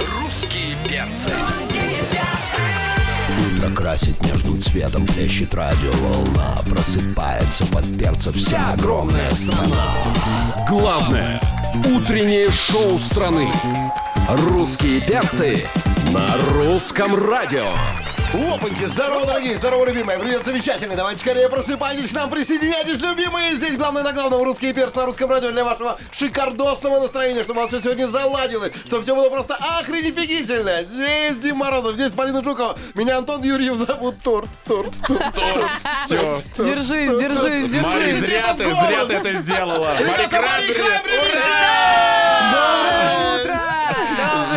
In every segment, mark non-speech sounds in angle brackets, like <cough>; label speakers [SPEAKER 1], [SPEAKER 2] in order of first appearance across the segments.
[SPEAKER 1] Русские перцы.
[SPEAKER 2] Утро красит между цветом Плещет радиоволна Просыпается под перца Вся огромная страна
[SPEAKER 3] Главное утреннее шоу страны.
[SPEAKER 2] Русские перцы
[SPEAKER 3] На русском радио.
[SPEAKER 4] Опаньки, здорово, дорогие, здорово, любимые, привет, замечательные, давайте скорее просыпайтесь, к нам присоединяйтесь, любимые, здесь главное на главном русский перц на русском радио для вашего шикардосного настроения, чтобы у вас все сегодня заладилось, чтобы все было просто охренефигительно, здесь Дима Морозов, здесь Полина Жукова, меня Антон Юрьев зовут, торт, торт, торт, торт,
[SPEAKER 5] Все.
[SPEAKER 6] Держись, держись,
[SPEAKER 5] Мари,
[SPEAKER 6] держись.
[SPEAKER 5] зря
[SPEAKER 4] Этот
[SPEAKER 5] ты,
[SPEAKER 4] голос.
[SPEAKER 5] зря ты это сделала. Мари Краббери.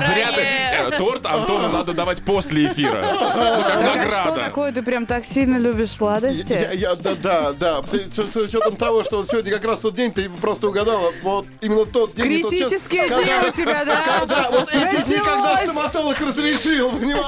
[SPEAKER 5] Зря ты. Э, Торт Антону надо давать после эфира. Ну, как
[SPEAKER 6] Так, а Что
[SPEAKER 5] награда.
[SPEAKER 6] такое? Ты прям так сильно любишь
[SPEAKER 4] Я,
[SPEAKER 6] сладости?
[SPEAKER 4] я- да, да, да. Ты- С, с учетом того, что вот сегодня как раз тот день, ты просто угадала. Вот именно тот день. и тот час,
[SPEAKER 6] Критические
[SPEAKER 4] когда-
[SPEAKER 6] дни у тебя, да?
[SPEAKER 4] Да, вот эти дни, когда
[SPEAKER 6] Началось.
[SPEAKER 4] стоматолог разрешил, понимаешь?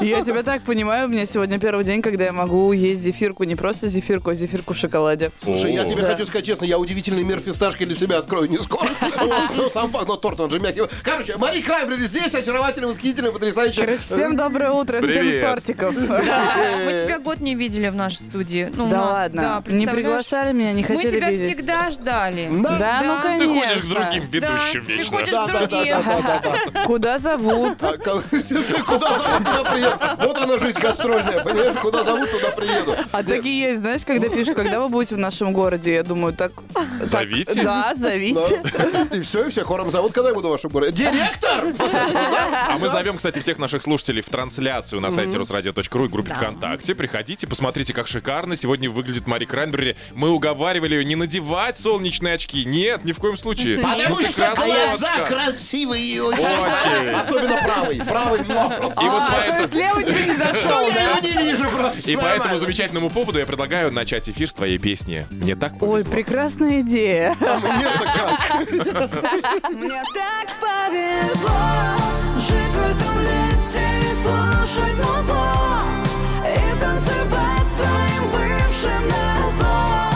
[SPEAKER 6] Я тебя так понимаю, у меня сегодня первый день, когда я могу есть зефирку, не просто зефирку, а зефирку в шоколаде.
[SPEAKER 4] Слушай, я
[SPEAKER 5] О.
[SPEAKER 4] тебе хочу сказать честно, я удивительный мир фисташки для себя открою не скоро. Вот, Ну, сам факт, но торт, он же мягкий. Короче, Мари Краймбери здесь, очаровательная, восхитительная, потрясающая.
[SPEAKER 6] Короче, всем доброе утро, всем
[SPEAKER 5] Привет.
[SPEAKER 6] тортиков.
[SPEAKER 7] Мы тебя год не видели в нашей студии. Ну, у
[SPEAKER 6] Э, Да
[SPEAKER 7] нас, да,
[SPEAKER 6] ладно, не
[SPEAKER 7] представляешь?
[SPEAKER 6] приглашали меня, не
[SPEAKER 7] Мы
[SPEAKER 6] хотели
[SPEAKER 7] тебя
[SPEAKER 6] видеть.
[SPEAKER 7] всегда ждали.
[SPEAKER 4] Да,
[SPEAKER 6] Да, ну
[SPEAKER 7] Да.
[SPEAKER 5] Ты
[SPEAKER 6] конечно.
[SPEAKER 5] ходишь к другим
[SPEAKER 7] Да,
[SPEAKER 5] ведущим
[SPEAKER 7] ты
[SPEAKER 5] вечно.
[SPEAKER 7] ходишь
[SPEAKER 4] Да,
[SPEAKER 7] к
[SPEAKER 4] да, да, да,
[SPEAKER 7] другим.
[SPEAKER 4] да, да.
[SPEAKER 6] Куда зовут?
[SPEAKER 4] А ко- <laughs> Куда зовут, туда приеду. Вот она жизнь гастрольная, понимаешь? Куда зовут, туда приеду.
[SPEAKER 6] А такие есть, знаешь, когда пишут, когда вы будете в нашем городе, я думаю, так... так,
[SPEAKER 5] Зовите.
[SPEAKER 6] Да, зовите.
[SPEAKER 4] Да. И все, и все хором зовут, когда я буду в вашем городе. Директор!
[SPEAKER 5] А мы зовем, кстати, всех наших слушателей в трансляцию на сайте русрадио.ру и группе ВКонтакте. Приходите, посмотрите, как шикарно сегодня выглядит Мари Краймбери. Мы уговаривали ее не надевать солнечные очки. Нет, ни в коем случае. Ну, ты красотка.
[SPEAKER 4] красивые
[SPEAKER 5] Очень.
[SPEAKER 4] Особенно правый. Правый. муа, просто.
[SPEAKER 5] И вот
[SPEAKER 6] А, то
[SPEAKER 5] поэтому...
[SPEAKER 6] есть Лева тебе не зашел, да?
[SPEAKER 4] Я его не вижу просто.
[SPEAKER 5] И по этому
[SPEAKER 4] Нормально.
[SPEAKER 5] замечательному поводу я предлагаю начать эфир с твоей песни. Мне так
[SPEAKER 6] Ой,
[SPEAKER 5] повезло.
[SPEAKER 6] прекрасная идея.
[SPEAKER 4] А мне-то как?
[SPEAKER 8] Мне так повезло Жить в этом лете и слушать музло И танцевать твоим бывшим назло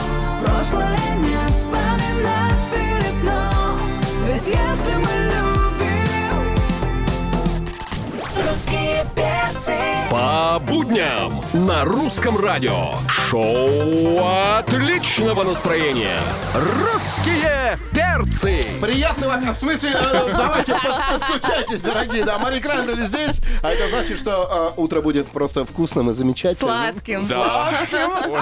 [SPEAKER 8] Прошлое не вспоминать перед сном Ведь если мы любим Русские перцы
[SPEAKER 3] По будням на русском радио. Шоу отличного настроения. Русские перцы.
[SPEAKER 4] Приятного, в смысле,
[SPEAKER 6] <laughs>
[SPEAKER 4] э, давайте пос- постучайтесь, дорогие, да, Мари Крамбер здесь, а это значит, что э, утро будет просто вкусным и замечательным.
[SPEAKER 7] Сладким.
[SPEAKER 5] Да. Ой.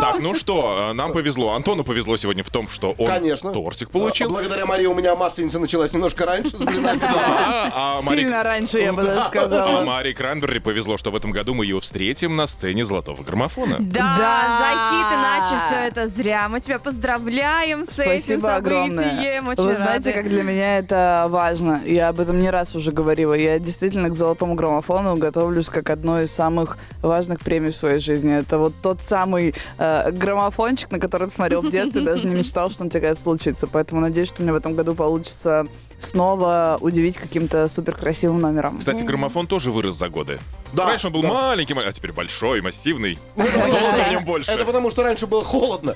[SPEAKER 5] Так, ну что, э, нам повезло. Антону повезло сегодня в том, что он
[SPEAKER 4] Конечно.
[SPEAKER 5] тортик
[SPEAKER 4] А,
[SPEAKER 5] получил.
[SPEAKER 4] Благодаря Марии у меня масленица началась немножко раньше с
[SPEAKER 6] <laughs>
[SPEAKER 4] блинами.
[SPEAKER 5] А, а Мари,
[SPEAKER 6] Сильно раньше, я бы даже
[SPEAKER 5] а
[SPEAKER 6] сказала.
[SPEAKER 5] Мари Краймбери повезло, что в этом году мы ее встретим на сцене Золотого граммофона.
[SPEAKER 7] Да,
[SPEAKER 6] Да.
[SPEAKER 7] за хит, иначе все это зря. Мы тебя поздравляем с этим
[SPEAKER 6] Спасибо
[SPEAKER 7] событием.
[SPEAKER 6] огромное.
[SPEAKER 7] Очень
[SPEAKER 6] Вы знаете,
[SPEAKER 7] рады.
[SPEAKER 6] как для меня это важно. Я об этом не раз уже говорила. Я действительно к золотому граммофону готовлюсь как одной из самых важных премий в своей жизни. Это вот тот самый э, граммофончик, на который ты смотрел в детстве, даже не мечтал, что он тебе когда-то случится. Поэтому надеюсь, что мне в этом году получится снова удивить каким-то суперкрасивым номером.
[SPEAKER 5] Кстати, граммофон тоже вырос за годы.
[SPEAKER 4] Да,
[SPEAKER 5] Раньше он был
[SPEAKER 4] да. Ну,
[SPEAKER 5] маленький, маль- а теперь большой, массивный. Золота в нем
[SPEAKER 4] Это
[SPEAKER 5] больше.
[SPEAKER 4] потому, что раньше было холодно.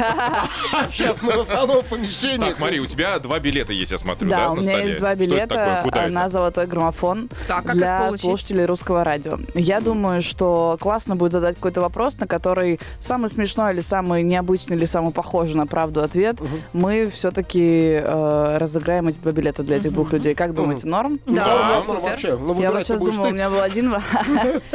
[SPEAKER 4] А Сейчас мы в основном в помещении.
[SPEAKER 5] Так, Мари, у тебя два билета есть, я смотрю, да,
[SPEAKER 6] Да,
[SPEAKER 5] на
[SPEAKER 6] у меня
[SPEAKER 5] столе.
[SPEAKER 6] есть два
[SPEAKER 5] Что это такое?
[SPEAKER 6] билета
[SPEAKER 5] Куда
[SPEAKER 6] э,
[SPEAKER 5] это?
[SPEAKER 6] на золотой граммофон
[SPEAKER 7] Так, а как это
[SPEAKER 6] для
[SPEAKER 7] получить?
[SPEAKER 6] слушателей русского радио. Я думаю, что классно будет задать какой-то вопрос, на который самый смешной или самый необычный или самый похожий на правду ответ. Мы все-таки э, разыграем эти два билета для этих двух людей. Как думаете, норм?
[SPEAKER 4] Да,
[SPEAKER 7] супер.
[SPEAKER 4] вообще. Ну,
[SPEAKER 6] Я вот
[SPEAKER 4] выбирать ты
[SPEAKER 6] сейчас
[SPEAKER 4] будешь
[SPEAKER 6] думала, у
[SPEAKER 4] ты.
[SPEAKER 6] меня был один, во-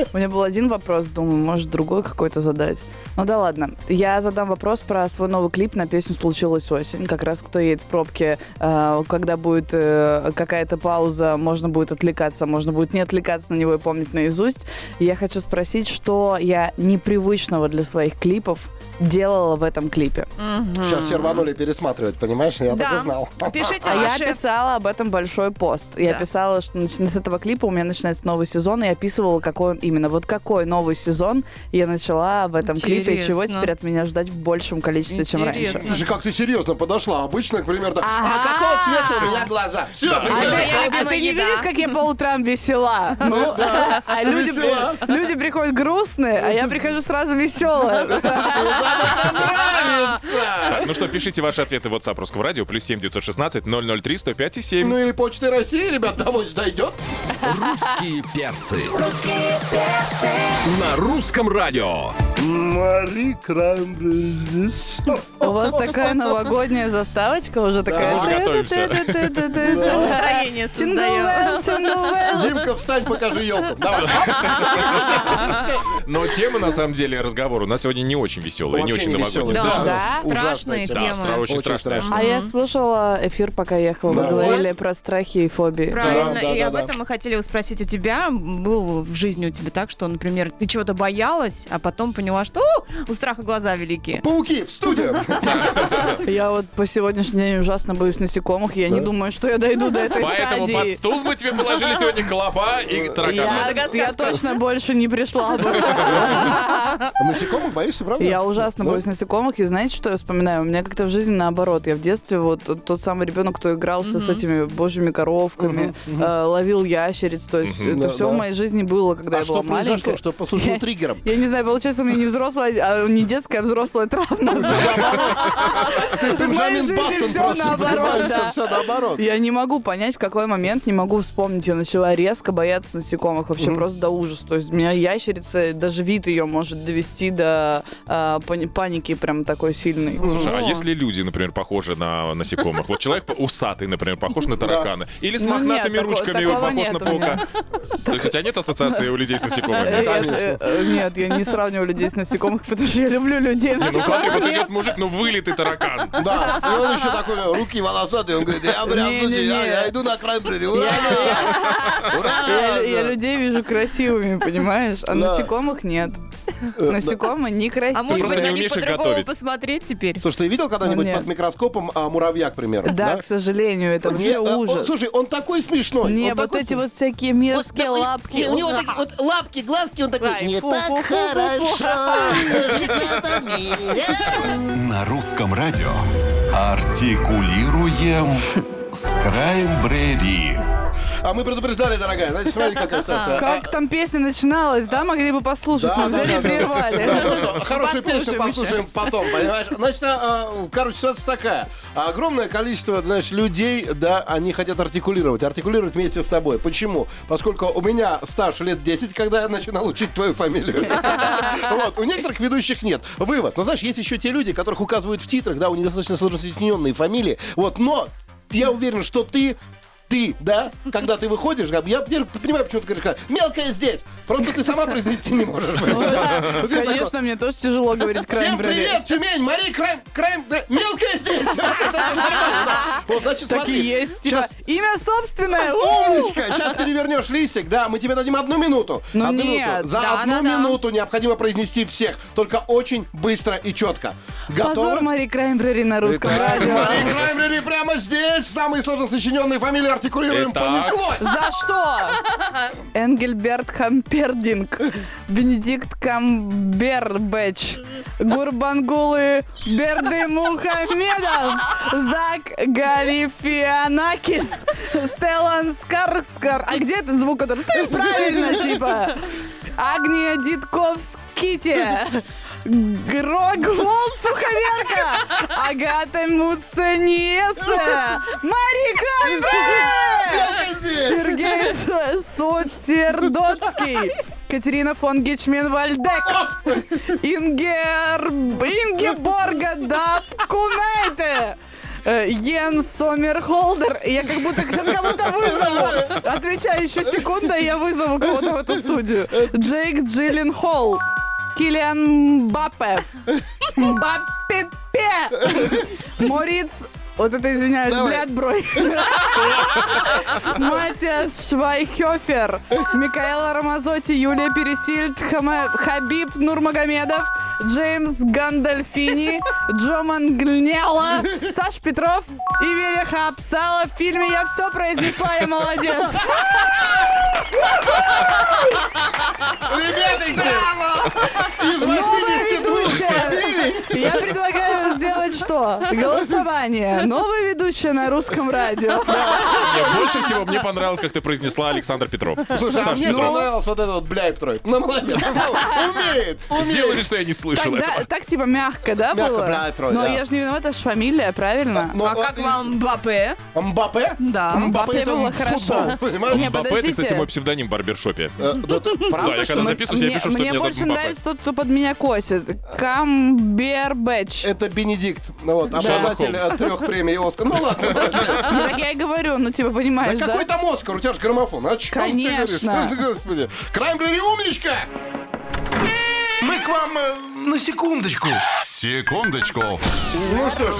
[SPEAKER 6] <laughs> у меня был один вопрос, думаю, может другой какой-то задать. Ну да ладно, я задам вопрос про свой новый клип на песню «Случилась осень». Как раз кто едет в пробке, э, когда будет э, какая-то пауза, можно будет отвлекаться, можно будет не отвлекаться на него и помнить наизусть. И я хочу спросить, что я непривычного для своих клипов делала в этом клипе.
[SPEAKER 4] Сейчас все рванули пересматривать, понимаешь? Я так и знал.
[SPEAKER 7] Пишите
[SPEAKER 6] А я
[SPEAKER 7] ваши.
[SPEAKER 6] писала об этом большой пост. Я
[SPEAKER 7] Да.
[SPEAKER 6] писала, что начи- с этого клипа у меня начинается новый сезон, и описывала, какой он именно. Вот какой новый сезон я начала в этом клипе, и чего
[SPEAKER 7] Интересно.
[SPEAKER 6] теперь от меня ждать в большем количестве, чем раньше.
[SPEAKER 7] Интересно.
[SPEAKER 4] Слушай, как ты серьезно подошла. Обычно, к примеру, так, а какого цвета у меня глаза? Все,
[SPEAKER 7] А
[SPEAKER 6] А
[SPEAKER 7] это я
[SPEAKER 6] ты- а
[SPEAKER 7] любимая
[SPEAKER 6] ты не
[SPEAKER 7] еда.
[SPEAKER 6] видишь, как я по утрам весела? Ну, <laughs>
[SPEAKER 4] да.
[SPEAKER 6] а люди,
[SPEAKER 4] Весела.
[SPEAKER 6] люди приходят грустные, а я прихожу сразу веселая.
[SPEAKER 4] нравится.
[SPEAKER 5] Так, ну что, пишите ваши ответы в WhatsApp Русского радио, плюс 7 916 003 105 и 7.
[SPEAKER 4] Ну или Почтой России, ребят, довозь дойдет.
[SPEAKER 2] Русские перцы.
[SPEAKER 8] русские перцы,
[SPEAKER 3] На русском радио.
[SPEAKER 4] Мари Крандес.
[SPEAKER 6] У вас такая новогодняя заставочка уже такая.
[SPEAKER 5] мы уже готовимся.
[SPEAKER 6] <laughs>
[SPEAKER 7] Настроение создаем.
[SPEAKER 6] Jingle bells, jingle bells.
[SPEAKER 4] Димка, встань, покажи
[SPEAKER 5] <laughs>
[SPEAKER 4] елку. Давай.
[SPEAKER 5] Но тема, на самом деле, разговора у нас сегодня не очень веселая, не
[SPEAKER 4] Вообще
[SPEAKER 5] очень
[SPEAKER 4] не
[SPEAKER 5] новогодняя.
[SPEAKER 4] веселая.
[SPEAKER 5] Ты
[SPEAKER 7] Да.
[SPEAKER 5] что?
[SPEAKER 7] Да,
[SPEAKER 4] Ужасная
[SPEAKER 7] страшные
[SPEAKER 4] тема.
[SPEAKER 7] темы.
[SPEAKER 5] стра- очень
[SPEAKER 4] Очень
[SPEAKER 5] страшная.
[SPEAKER 4] страшно.
[SPEAKER 6] А я слушала эфир, пока ехала. Вы
[SPEAKER 4] Да.
[SPEAKER 6] говорили
[SPEAKER 4] Вот.
[SPEAKER 6] про страхи и фобии.
[SPEAKER 4] Да,
[SPEAKER 7] Правильно,
[SPEAKER 4] да,
[SPEAKER 7] и
[SPEAKER 4] да,
[SPEAKER 7] об
[SPEAKER 4] да.
[SPEAKER 7] этом мы хотели спросить у тебя. Был в жизни у тебя так, что, например, ты чего-то боялась, а потом поняла, что «О, у страха глаза великие.
[SPEAKER 4] Пауки в студию.
[SPEAKER 6] Я вот по сегодняшний день ужасно боюсь насекомых. Я не думаю, что я дойду до этой
[SPEAKER 5] Поэтому под
[SPEAKER 6] стадии.
[SPEAKER 5] стул мы тебе положили сегодня клопа и таракана.
[SPEAKER 6] Я, я точно больше не пришла бы.
[SPEAKER 4] <laughs> <laughs> Насекомых боишься, правда?
[SPEAKER 6] Я ужасно
[SPEAKER 4] Ну,
[SPEAKER 6] боюсь насекомых. И знаете, что я вспоминаю? У меня как-то в жизни наоборот. Я в детстве вот тот- тот самый ребенок, кто игрался с этими божьими коровками, э, ловил ящериц. То есть это
[SPEAKER 4] Да,
[SPEAKER 6] все в
[SPEAKER 4] да.
[SPEAKER 6] моей жизни было, когда
[SPEAKER 4] А
[SPEAKER 6] я
[SPEAKER 4] что
[SPEAKER 6] была
[SPEAKER 4] произошло?
[SPEAKER 6] маленькая.
[SPEAKER 4] Что послушал
[SPEAKER 6] <laughs>
[SPEAKER 4] триггером?
[SPEAKER 6] Я не знаю, получается, у меня не взрослая, а не детская, а взрослая травма.
[SPEAKER 4] Ты Бенджамин
[SPEAKER 6] жизни
[SPEAKER 4] Баттон
[SPEAKER 6] всё
[SPEAKER 4] просто,
[SPEAKER 6] наоборот,
[SPEAKER 4] понимаешь,
[SPEAKER 6] да.
[SPEAKER 4] все наоборот.
[SPEAKER 6] Я не могу понять, в какой момент не могу вспомнить. Я начала резко бояться насекомых вообще просто до ужаса. То есть у меня ящерица, даже вид ее может довести до а, пани- паники прям такой сильной.
[SPEAKER 4] Ну,
[SPEAKER 5] Слушай, а если люди, например, похожи на насекомых? Вот человек по- усатый, например, похож на таракана. Или с
[SPEAKER 6] Ну, нет,
[SPEAKER 5] мохнатыми
[SPEAKER 6] такого-
[SPEAKER 5] ручками
[SPEAKER 6] такого
[SPEAKER 5] похож
[SPEAKER 6] нет
[SPEAKER 5] на
[SPEAKER 6] у меня.
[SPEAKER 5] паука. То есть у тебя нет ассоциации у людей с
[SPEAKER 6] Э,
[SPEAKER 5] насекомыми?
[SPEAKER 6] э,
[SPEAKER 4] конечно.
[SPEAKER 6] э, э, Нет, я не сравниваю людей с насекомых, потому что я люблю людей.
[SPEAKER 5] Не, ну смотри, вот идет мужик, ну вылитый таракан.
[SPEAKER 4] Да, и он еще такой, руки волосатые, он говорит, я прям,
[SPEAKER 6] Не-не-не.
[SPEAKER 4] слушай, я я иду на край брели, ура, <laughs>
[SPEAKER 6] Я,
[SPEAKER 4] ура.
[SPEAKER 6] я
[SPEAKER 4] да.
[SPEAKER 6] людей вижу красивыми, понимаешь?
[SPEAKER 4] Да.
[SPEAKER 6] А
[SPEAKER 4] Э,
[SPEAKER 6] насекомых нет. Насекомые
[SPEAKER 7] А
[SPEAKER 6] некрасивые.
[SPEAKER 7] может
[SPEAKER 5] просто
[SPEAKER 7] быть,
[SPEAKER 5] не
[SPEAKER 7] на них
[SPEAKER 5] умеешь их
[SPEAKER 7] по-другому
[SPEAKER 5] готовить.
[SPEAKER 7] посмотреть теперь?
[SPEAKER 4] Слушай, ты видел когда-нибудь
[SPEAKER 6] Ну, Нет.
[SPEAKER 4] под микроскопом а, муравья, к примеру?
[SPEAKER 6] Да, к сожалению, это
[SPEAKER 4] Не,
[SPEAKER 6] вообще
[SPEAKER 4] а, он-
[SPEAKER 6] ужас.
[SPEAKER 4] Слушай, он такой смешной.
[SPEAKER 6] Не,
[SPEAKER 4] он
[SPEAKER 6] вот
[SPEAKER 4] такой
[SPEAKER 6] эти
[SPEAKER 4] смешной.
[SPEAKER 6] вот всякие
[SPEAKER 4] Вот
[SPEAKER 6] мерзкие
[SPEAKER 4] такой-
[SPEAKER 6] лапки.
[SPEAKER 4] не, у него такие вот лапки, глазки, он такой,
[SPEAKER 6] Ай,
[SPEAKER 4] мне
[SPEAKER 6] фу, фу,
[SPEAKER 4] так
[SPEAKER 6] фу, фу, фу».
[SPEAKER 4] хорошо жить в этом мире».
[SPEAKER 1] На русском радио артикулируем с краем брери.
[SPEAKER 4] А мы предупреждали, дорогая, значит, смотри, какая ситуация.
[SPEAKER 6] Как там песня начиналась, да? Могли бы послушать,
[SPEAKER 4] Да,
[SPEAKER 6] но
[SPEAKER 4] да,
[SPEAKER 6] взяли и
[SPEAKER 4] да, да. Да, ну
[SPEAKER 6] прервали.
[SPEAKER 4] что, хорошую
[SPEAKER 6] Послушаем
[SPEAKER 4] песню
[SPEAKER 6] еще.
[SPEAKER 4] послушаем потом, понимаешь? Значит, а, а, короче, ситуация такая. Огромное количество, знаешь, людей, да, они хотят артикулировать. Артикулировать вместе с тобой. Почему? Поскольку у меня стаж лет 10, когда я начинал учить твою фамилию. Вот. У некоторых ведущих нет. Вывод. Но знаешь, есть еще те люди, которых указывают в титрах, да, у них достаточно сложносоединенные фамилии. Вот, но я уверен, что ты ты, да, когда ты выходишь, как бы, я теперь понимаю, почему ты говоришь, как, мелкая здесь, просто ты сама произнести не можешь. Вот я такой,
[SPEAKER 6] Конечно, мне тоже тяжело говорить
[SPEAKER 4] Всем
[SPEAKER 6] крайм
[SPEAKER 4] привет, Тюмень, Мари, Крайм, Крайм, Крайм, мелкая здесь. <laughs> Вот это нормально, да. Вот, значит,
[SPEAKER 6] Так и
[SPEAKER 4] смотри.
[SPEAKER 6] есть. Типа,
[SPEAKER 4] Сейчас
[SPEAKER 6] имя собственное.
[SPEAKER 4] Умничка! Сейчас перевернешь листик, да, мы тебе дадим одну минуту.
[SPEAKER 6] Ну
[SPEAKER 4] одну
[SPEAKER 6] нет,
[SPEAKER 4] минуту. За
[SPEAKER 7] да,
[SPEAKER 4] одну
[SPEAKER 7] да, да.
[SPEAKER 4] минуту необходимо произнести всех, только очень быстро и четко.
[SPEAKER 6] Позор
[SPEAKER 4] Готовы?
[SPEAKER 6] Мари Краймбрери на русском радио.
[SPEAKER 4] Мари Краймбрери прямо здесь. Самые сложно сочиненные фамилии артикулируем.
[SPEAKER 5] Итак.
[SPEAKER 4] Понеслось!
[SPEAKER 6] За что? Энгельберт Хампердинг, Бенедикт Камбербэтч, Гурбангулы Берды Мухамедов, Зак Галифианакис, Стеллан Скарскар. А где этот звук, который... Ты <laughs> правильно, типа. Агния Дитковските. Грогвол Суховерка. Агата Муцениеце. Марика Андреев.
[SPEAKER 4] Мелкая здесь!
[SPEAKER 6] Сергей С- Соцердоцкий. Катерина фон Гичмен-Вальдек. Ингер... Ингеборга Дапкунайте. Э, Йен Сомерхолдер. Я как будто сейчас кого-то вызову. Отвечаю еще секунда, и я вызову кого-то в эту студию. Джейк Джиллин Холл. Килиан Мбаппе. Мбаппе. Мориц... Вот это, извиняюсь,
[SPEAKER 4] Давай.
[SPEAKER 6] блядь, брой. Матиас Швайхёфер, Микаэла Рамазотти, Юлия Пересильд, Хама- Хабиб Нурмагомедов, Джеймс Гандальфини, Джо Мангнела, Саш Петров и Виля Хапсала. В фильме я все произнесла, я молодец.
[SPEAKER 4] Ребятеньки! Из
[SPEAKER 6] Новая
[SPEAKER 4] 82
[SPEAKER 6] ведущая.
[SPEAKER 4] фамилий
[SPEAKER 6] Я предлагаю сделать что, голосование. Новая ведущая на русском радио.
[SPEAKER 5] Нет, больше всего мне понравилось, как ты произнесла Александр Петров.
[SPEAKER 4] Слушай, а
[SPEAKER 5] Саш,
[SPEAKER 4] мне
[SPEAKER 6] Ну.
[SPEAKER 5] Петров.
[SPEAKER 4] понравилось вот этот вот бля и трой. Ну, молодец. Ну, умеет.
[SPEAKER 5] Сделай вид, что я не слышал
[SPEAKER 6] Так, да,
[SPEAKER 5] этого.
[SPEAKER 6] так типа мягко, да,
[SPEAKER 4] Мягко,
[SPEAKER 6] было?
[SPEAKER 4] бля, трое,
[SPEAKER 6] Но
[SPEAKER 4] да.
[SPEAKER 6] я же не виновата, это же фамилия, правильно?
[SPEAKER 4] Ну,
[SPEAKER 7] А как
[SPEAKER 4] и-
[SPEAKER 7] вам Мбаппе?
[SPEAKER 4] Мбаппе?
[SPEAKER 6] Да, Мбаппе
[SPEAKER 4] это
[SPEAKER 6] было хорошо.
[SPEAKER 4] футбол, <laughs> понимаешь?
[SPEAKER 6] Не,
[SPEAKER 5] Мбаппе, это, кстати,
[SPEAKER 6] подождите.
[SPEAKER 5] мой псевдоним в барбершопе.
[SPEAKER 4] Э,
[SPEAKER 6] <laughs>
[SPEAKER 4] Да, ты-
[SPEAKER 5] Да,
[SPEAKER 4] правда,
[SPEAKER 5] я
[SPEAKER 4] что
[SPEAKER 5] когда
[SPEAKER 4] ли?
[SPEAKER 5] записываюсь, я
[SPEAKER 6] мне
[SPEAKER 5] пишу, что
[SPEAKER 6] мне
[SPEAKER 5] меня зовут
[SPEAKER 6] больше
[SPEAKER 5] Мбаппе.
[SPEAKER 6] нравится тот, кто под меня косит. Камбербэтч.
[SPEAKER 4] Это Бенедикт, ну вот, обладатель
[SPEAKER 5] Шерлок
[SPEAKER 4] от трех премий Оскар. Ну ладно,
[SPEAKER 6] Ну, Так я и говорю, ну типа
[SPEAKER 4] да
[SPEAKER 6] понимаешь, да?
[SPEAKER 4] какой там Оскар, у тебя же граммофон. А о чем ты
[SPEAKER 6] Конечно.
[SPEAKER 4] говоришь? Что ты, Господи. Краймбрери умничка!
[SPEAKER 9] Мы к вам э, на секундочку.
[SPEAKER 1] Секундочку.
[SPEAKER 4] Ну что ж,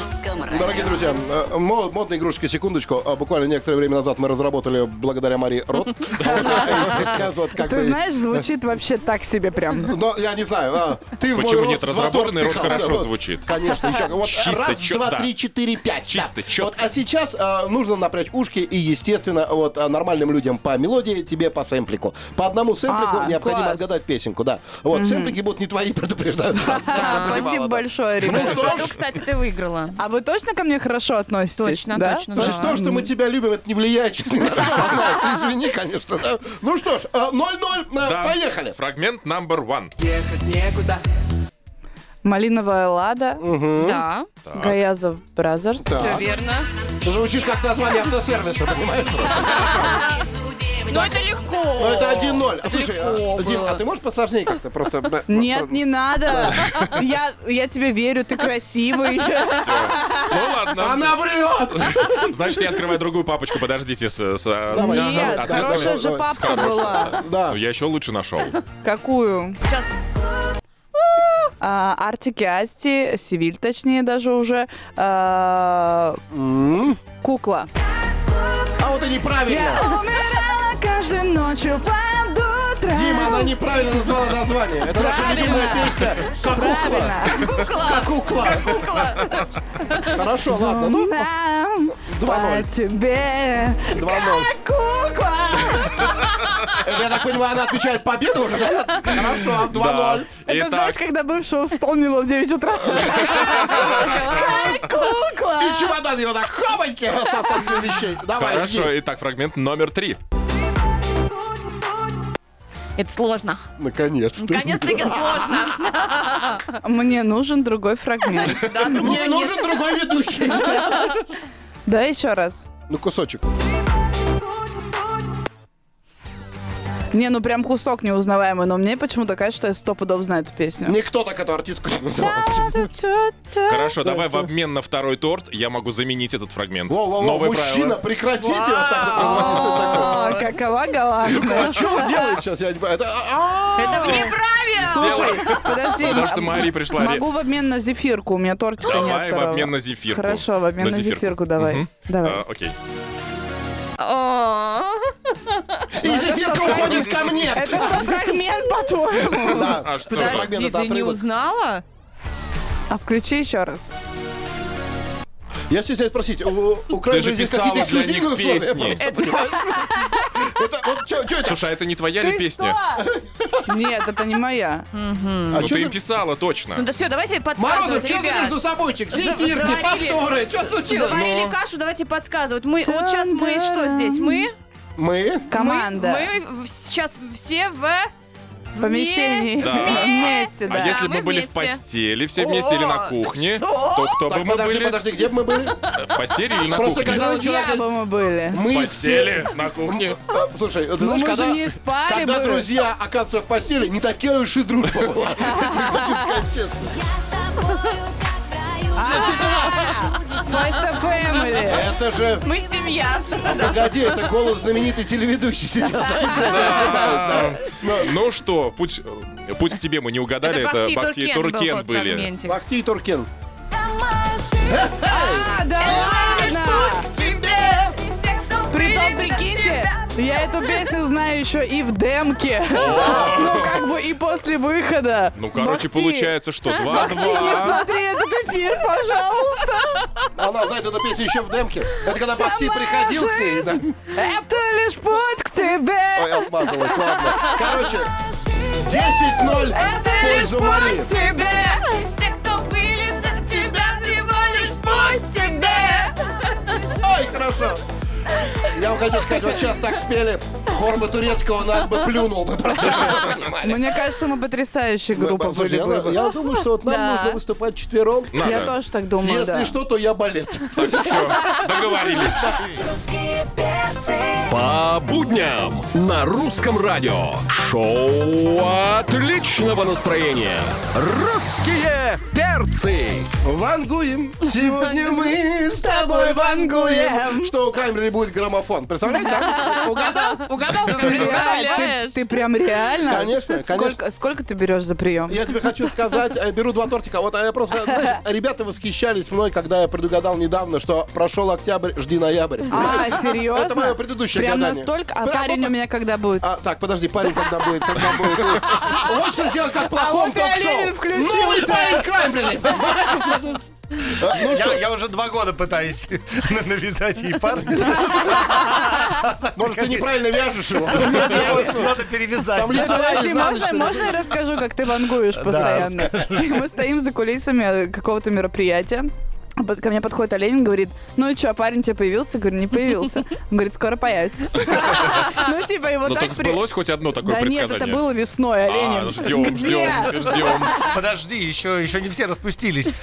[SPEAKER 4] дорогие друзья, э, мо- модная игрушка «Секундочку». А Буквально некоторое время назад мы разработали благодаря Марии Рот. Вот, э, вот как
[SPEAKER 6] Ты
[SPEAKER 4] бы-
[SPEAKER 6] знаешь, звучит вообще так себе прям.
[SPEAKER 4] Но я не знаю, а, ты в мой
[SPEAKER 5] Почему
[SPEAKER 4] рот,
[SPEAKER 5] нет?
[SPEAKER 4] в
[SPEAKER 5] Разработанный
[SPEAKER 4] ладошки
[SPEAKER 5] рот
[SPEAKER 4] хапнул.
[SPEAKER 5] хорошо
[SPEAKER 4] Вот,
[SPEAKER 5] звучит.
[SPEAKER 4] Конечно, еще вот
[SPEAKER 5] Чисто,
[SPEAKER 4] раз,
[SPEAKER 5] чё-
[SPEAKER 4] два,
[SPEAKER 5] да.
[SPEAKER 4] три, четыре, пять.
[SPEAKER 5] Чисто,
[SPEAKER 4] Да.
[SPEAKER 5] чётко.
[SPEAKER 4] Вот, а сейчас а, нужно напрячь ушки и, естественно, вот а, нормальным людям по мелодии, тебе по сэмплику. По одному сэмплику
[SPEAKER 6] А,
[SPEAKER 4] необходимо
[SPEAKER 6] класс.
[SPEAKER 4] отгадать песенку, да. Вот сэмплики будут не твои, <laughs> предупреждаю. сразу.
[SPEAKER 7] Да,
[SPEAKER 4] Ты понимала,
[SPEAKER 6] <laughs> Спасибо
[SPEAKER 4] да.
[SPEAKER 6] большое,
[SPEAKER 4] Ну
[SPEAKER 6] ребят.
[SPEAKER 4] что ж,
[SPEAKER 7] Ну, кстати, ты выиграла.
[SPEAKER 6] А вы точно ко мне хорошо относитесь?
[SPEAKER 7] Точно,
[SPEAKER 6] да?
[SPEAKER 7] точно.
[SPEAKER 4] Значит,
[SPEAKER 7] Да.
[SPEAKER 4] то, что мы тебя любим, это не влияет <laughs> сейчас ни на что. Роман, Извини, конечно. да. Ну что ж, а, 0-0,
[SPEAKER 5] Да.
[SPEAKER 4] а, поехали.
[SPEAKER 5] Фрагмент number one.
[SPEAKER 6] Малиновая лада,
[SPEAKER 7] Да,
[SPEAKER 6] Гаязов Бразерс.
[SPEAKER 7] все верно.
[SPEAKER 4] Звучит как название автосервиса, понимаешь?
[SPEAKER 7] Ну, это легко.
[SPEAKER 4] Ну, это 1-0. А,
[SPEAKER 7] Это
[SPEAKER 4] Слушай,
[SPEAKER 7] легко
[SPEAKER 4] а, Дим,
[SPEAKER 7] было.
[SPEAKER 4] а ты можешь посложнее как-то просто? э, б-
[SPEAKER 6] Нет,
[SPEAKER 4] б-
[SPEAKER 6] не надо. Я, я тебе верю, ты красивый.
[SPEAKER 5] Ну ладно.
[SPEAKER 4] Она врет!
[SPEAKER 5] Значит, я открываю другую папочку. Подождите. с- с-
[SPEAKER 4] Давай.
[SPEAKER 5] Да,
[SPEAKER 4] Нет,
[SPEAKER 5] да, да.
[SPEAKER 4] давай,
[SPEAKER 6] Хорошая же
[SPEAKER 4] давай.
[SPEAKER 6] папка была.
[SPEAKER 4] Да.
[SPEAKER 5] Ну, я еще лучше нашел.
[SPEAKER 6] Какую?
[SPEAKER 7] Сейчас
[SPEAKER 6] А, Артики Асти, Сивиль точнее даже уже. а, Кукла.
[SPEAKER 4] А вот и неправильно.
[SPEAKER 6] Я умирала каждой ночью под утро.
[SPEAKER 4] Дима, она неправильно назвала название. Это наша любимая песня. Как кукла.
[SPEAKER 6] Правильно.
[SPEAKER 4] Как кукла. Хорошо, ладно. Ну,
[SPEAKER 6] Нам
[SPEAKER 4] Два-ноль.
[SPEAKER 6] по тебе,
[SPEAKER 4] 2-0.
[SPEAKER 6] как кукла.
[SPEAKER 4] Это, я так понимаю, она отмечает победу уже, да? Хорошо, 2-0.
[SPEAKER 6] Это знаешь,
[SPEAKER 5] Итак,
[SPEAKER 6] когда бывшего вспомнила в 9 утра. Как кукла.
[SPEAKER 4] И чемодан его так хабаньки с остатками вещей. Давай, жди.
[SPEAKER 5] хорошо. Итак, фрагмент номер три.
[SPEAKER 7] Это сложно.
[SPEAKER 4] Наконец-то.
[SPEAKER 7] Наконец-таки сложно.
[SPEAKER 6] Мне нужен другой фрагмент.
[SPEAKER 7] Да, другого
[SPEAKER 4] Мне
[SPEAKER 7] нет.
[SPEAKER 4] нужен другой ведущий.
[SPEAKER 6] Да, еще раз.
[SPEAKER 4] Ну, кусочек.
[SPEAKER 6] Не, ну прям кусок неузнаваемый, но мне почему-то кажется, что я сто пудов знаю эту песню.
[SPEAKER 4] Не кто-то, который артистку называл.
[SPEAKER 5] Хорошо, давай в обмен на второй торт я могу заменить этот фрагмент.
[SPEAKER 4] Воу-воу-воу,
[SPEAKER 5] Новое
[SPEAKER 4] мужчина,
[SPEAKER 5] правило.
[SPEAKER 4] прекратите вот так вот разводиться. такое.
[SPEAKER 6] А, Какова галактика.
[SPEAKER 4] А что вы делаете сейчас? Я не понимаю. Это, а, а,
[SPEAKER 7] Это неправильно.
[SPEAKER 5] Делай.
[SPEAKER 6] Подожди.
[SPEAKER 5] Потому что Мария пришла.
[SPEAKER 6] Могу в обмен на зефирку, у меня тортика нет
[SPEAKER 5] Давай в
[SPEAKER 6] второго.
[SPEAKER 5] обмен на зефирку.
[SPEAKER 6] Хорошо, в обмен на, зефирку. давай.
[SPEAKER 5] Мгм.
[SPEAKER 6] Давай.
[SPEAKER 5] А, Окей.
[SPEAKER 7] А,
[SPEAKER 4] И зефирка уходит ко мне.
[SPEAKER 6] Это что, фрагмент, по-твоему?
[SPEAKER 4] Да.
[SPEAKER 5] А
[SPEAKER 4] Подожди.
[SPEAKER 5] что? же?
[SPEAKER 7] Подожди,
[SPEAKER 4] Фрагмент, это
[SPEAKER 7] ты не
[SPEAKER 4] отрывок.
[SPEAKER 7] узнала?
[SPEAKER 6] А включи еще раз.
[SPEAKER 4] Я стесняюсь спросить, у
[SPEAKER 5] Ты
[SPEAKER 4] Украины
[SPEAKER 5] же
[SPEAKER 4] здесь какие-то
[SPEAKER 5] писала для
[SPEAKER 4] эксклюзивные
[SPEAKER 5] них
[SPEAKER 4] условия?
[SPEAKER 5] песни.
[SPEAKER 4] просто, понимаешь? Это вот что, это?
[SPEAKER 5] Слушай, а это не твоя ли
[SPEAKER 6] Ты
[SPEAKER 5] песня?
[SPEAKER 6] что? Нет, это не моя.
[SPEAKER 4] А
[SPEAKER 5] Ну
[SPEAKER 4] чё
[SPEAKER 5] ты им
[SPEAKER 4] за-
[SPEAKER 5] писала,
[SPEAKER 7] Ну
[SPEAKER 5] точно.
[SPEAKER 7] да все, давайте
[SPEAKER 4] Морозов,
[SPEAKER 7] подсказывать,
[SPEAKER 4] что за
[SPEAKER 7] ребят.
[SPEAKER 4] между собойчик? Зефирки,
[SPEAKER 7] заварили.
[SPEAKER 4] повторы, что случилось?
[SPEAKER 7] Заварили кашу, давайте подсказывать. Мы, вот сейчас мы что здесь? Мы?
[SPEAKER 4] Ну, Мы?
[SPEAKER 6] Команда.
[SPEAKER 7] Мы, мы в- сейчас все в...
[SPEAKER 6] В помещении.
[SPEAKER 5] Да.
[SPEAKER 6] Вместе,
[SPEAKER 5] А
[SPEAKER 6] да.
[SPEAKER 5] если бы
[SPEAKER 7] мы
[SPEAKER 5] мы были в
[SPEAKER 7] вместе.
[SPEAKER 5] постели все вместе или на
[SPEAKER 7] О,
[SPEAKER 5] кухне,
[SPEAKER 7] что?
[SPEAKER 5] то кто бы
[SPEAKER 4] Так,
[SPEAKER 5] мы
[SPEAKER 4] подожди,
[SPEAKER 5] были?
[SPEAKER 4] подожди, где бы мы были?
[SPEAKER 5] В постели или на
[SPEAKER 4] Просто
[SPEAKER 5] кухне?
[SPEAKER 4] когда
[SPEAKER 6] Друзья
[SPEAKER 4] человек...
[SPEAKER 6] бы мы были.
[SPEAKER 5] В
[SPEAKER 4] Мы все...
[SPEAKER 5] постели, на кухне.
[SPEAKER 4] А, Слушай, ты
[SPEAKER 6] Ну
[SPEAKER 4] знаешь,
[SPEAKER 6] мы же
[SPEAKER 4] когда...
[SPEAKER 6] не спали
[SPEAKER 4] Когда
[SPEAKER 6] бы.
[SPEAKER 4] друзья оказываются в постели, не такая уж и дружба
[SPEAKER 6] <laughs>
[SPEAKER 4] была. Я тебе хочу сказать честно.
[SPEAKER 6] Fight
[SPEAKER 4] <laughs>
[SPEAKER 6] the family.
[SPEAKER 4] Это же,
[SPEAKER 7] Мы семья.
[SPEAKER 4] погоди, это голос знаменитой телеведущей сидел.
[SPEAKER 6] <laughs>
[SPEAKER 4] да, если я не
[SPEAKER 5] А,
[SPEAKER 4] ошибаюсь, да. Ну,
[SPEAKER 5] Ну что, путь, э, путь к тебе мы не угадали, это Бахти и Туркен
[SPEAKER 7] тот
[SPEAKER 5] были.
[SPEAKER 7] фрагментик.
[SPEAKER 4] Бахти и Туркен.
[SPEAKER 6] А, да ладно! Притом, прикиньте, я эту песню знаю еще и в демке. <laughs> Ну, как бы и после выхода.
[SPEAKER 5] Ну, короче,
[SPEAKER 6] Бахти,
[SPEAKER 5] получается, что
[SPEAKER 6] Бахти,
[SPEAKER 4] А?
[SPEAKER 6] не
[SPEAKER 5] 2-2.
[SPEAKER 6] смотри этот эфир, пожалуйста.
[SPEAKER 4] Она знает эту песню еще в демке. Это когда Бахти приходил к ней. да.
[SPEAKER 6] Это лишь путь к тебе.
[SPEAKER 4] Ой, обмазалась, ладно. Короче, 10-0 в
[SPEAKER 6] Это лишь
[SPEAKER 4] пользу Марии.
[SPEAKER 6] путь к тебе.
[SPEAKER 8] Все, кто были до тебя, всего лишь
[SPEAKER 4] Хорошо. Я вам хочу сказать, вот сейчас так спели, хор бы турецкого нас бы плюнул бы. а-
[SPEAKER 6] Мне кажется, мы потрясающая группа
[SPEAKER 4] Слушай,
[SPEAKER 6] были
[SPEAKER 4] я-
[SPEAKER 6] бы.
[SPEAKER 4] я думаю, что вот
[SPEAKER 6] Да.
[SPEAKER 4] нам нужно выступать четвером.
[SPEAKER 6] Я тоже так думаю,
[SPEAKER 4] Если
[SPEAKER 6] да.
[SPEAKER 4] что, то я
[SPEAKER 6] <laughs>
[SPEAKER 4] балет.
[SPEAKER 5] Все, договорились.
[SPEAKER 8] русские перцы,
[SPEAKER 3] По будням на русском радио. Шоу отличного настроения. Русские перцы.
[SPEAKER 4] Вангуем. Сегодня мы с тобой вангуем. Что у Камеры будет граммофон. Представляете?
[SPEAKER 6] <laughs>
[SPEAKER 4] а? Угадал? Угадал?
[SPEAKER 7] Представляешь?
[SPEAKER 6] Ты прям реально?
[SPEAKER 4] Конечно, конечно.
[SPEAKER 6] Сколько, сколько ты берешь за прием?
[SPEAKER 4] Я тебе хочу сказать, э, беру два тортика. Вот а я просто, знаешь, ребята восхищались мной, когда я предугадал недавно, что прошел октябрь, жди ноябрь.
[SPEAKER 6] А, серьезно?
[SPEAKER 4] Это моё предыдущее
[SPEAKER 6] Прям
[SPEAKER 4] гадание.
[SPEAKER 6] настолько? А
[SPEAKER 4] Прям
[SPEAKER 6] парень
[SPEAKER 4] вот
[SPEAKER 6] у меня когда будет?
[SPEAKER 4] А, так, подожди, парень, когда будет, когда будет. Вот что сделать как в плохом
[SPEAKER 6] А вот и
[SPEAKER 4] ток-шоу.
[SPEAKER 6] Оленин включился.
[SPEAKER 4] Новый парень Крамберли. Ну
[SPEAKER 10] Я,
[SPEAKER 4] что,
[SPEAKER 10] я уже два года пытаюсь <laughs> на- навязать ей пар.
[SPEAKER 4] может, ты неправильно вяжешь <laughs> его.
[SPEAKER 10] Надо перевязать.
[SPEAKER 4] Там лицо
[SPEAKER 6] Подожди, можно,
[SPEAKER 4] изнаночное.
[SPEAKER 6] можно я расскажу, как ты вангуешь постоянно? <laughs> Мы стоим за кулисами какого-то мероприятия. Под- Ко мне подходит Оленин, говорит, ну и что, парень тебе появился? Я говорю, не появился. Он говорит, скоро <laughs> появится. Ну, типа, его
[SPEAKER 5] Ну
[SPEAKER 6] так...
[SPEAKER 5] так
[SPEAKER 6] при-
[SPEAKER 5] сбылось хоть одно такое
[SPEAKER 6] Да нет,
[SPEAKER 5] предсказание?
[SPEAKER 6] это было весной,
[SPEAKER 5] А,
[SPEAKER 6] Оленин.
[SPEAKER 5] ждем,
[SPEAKER 6] Где?
[SPEAKER 5] ждем, ждем.
[SPEAKER 10] Подожди, еще, еще не все распустились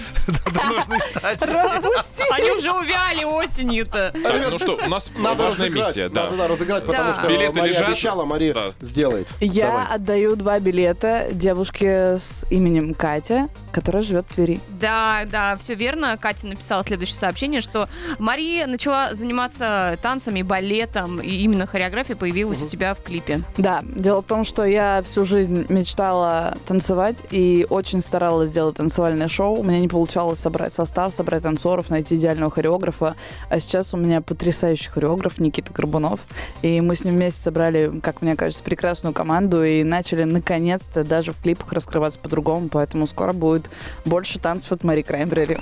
[SPEAKER 10] до нужной стадии.
[SPEAKER 7] Они
[SPEAKER 6] Распусти.
[SPEAKER 7] уже увяли осенью-то.
[SPEAKER 5] Так, ну что, у нас
[SPEAKER 4] Надо
[SPEAKER 5] важная
[SPEAKER 4] разыграть,
[SPEAKER 5] миссия, да.
[SPEAKER 4] надо да, разыграть, потому
[SPEAKER 7] Да.
[SPEAKER 4] что
[SPEAKER 5] Билеты
[SPEAKER 4] Мария
[SPEAKER 5] лежат?
[SPEAKER 4] обещала, Мария
[SPEAKER 5] Да.
[SPEAKER 4] сделает.
[SPEAKER 6] Я
[SPEAKER 4] Давай.
[SPEAKER 6] отдаю два билета девушке с именем Катя, которая живет в Твери.
[SPEAKER 7] Да, да, все верно. Катя написала следующее сообщение, что Мария начала заниматься танцами, балетом, и именно хореография появилась у тебя в клипе.
[SPEAKER 6] Да, дело в том, что я всю жизнь мечтала танцевать и очень старалась сделать танцевальное шоу. У меня не получалось собрать состав, собрать танцоров, найти идеального хореографа. А сейчас у меня потрясающий хореограф Никита Горбунов. И мы с ним вместе собрали, как мне кажется, прекрасную команду и начали наконец-то даже в клипах раскрываться по-другому. Поэтому скоро будет больше танцев от Мари Краймбрери.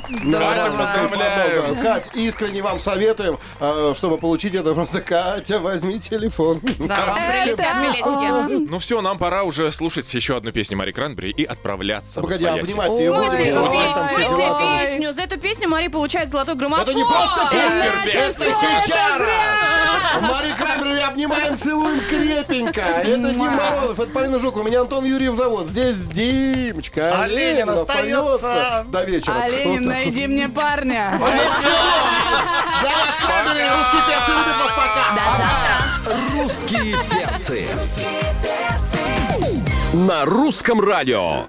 [SPEAKER 5] Катя, поздравляю.
[SPEAKER 4] Да, Кать, искренне вам советуем, э, чтобы получить это просто Катя, возьми телефон.
[SPEAKER 7] Да, вам прилетят билетики.
[SPEAKER 5] Ну все, нам пора уже слушать еще одну песню Мари Кранбери и отправляться
[SPEAKER 4] Погоди, а
[SPEAKER 5] в
[SPEAKER 4] обнимать ты
[SPEAKER 5] освояси.
[SPEAKER 7] В
[SPEAKER 4] его.
[SPEAKER 7] смысле,
[SPEAKER 6] Ой,
[SPEAKER 4] целовать
[SPEAKER 7] петь?
[SPEAKER 4] там,
[SPEAKER 7] в смысле
[SPEAKER 4] целовать там.
[SPEAKER 7] песню? За эту песню Мария получает золотой граммофон.
[SPEAKER 4] Это не просто песня,
[SPEAKER 5] Супер
[SPEAKER 4] честный
[SPEAKER 5] песня.
[SPEAKER 4] хитяра. Мари Крамер, обнимаем, целуем крепенько. Это Дим Морозов, это Полина Жук, у меня Антон Юрьев зовут. Здесь Димочка.
[SPEAKER 10] А Ленин остается.
[SPEAKER 4] До вечера.
[SPEAKER 6] Оленин,
[SPEAKER 4] Вот.
[SPEAKER 6] найди мне парня!
[SPEAKER 4] Началось! За вас, Крамеры, русские перцы любят вас, пока.
[SPEAKER 3] Русские перцы.
[SPEAKER 8] русские перцы.
[SPEAKER 3] На русском радио.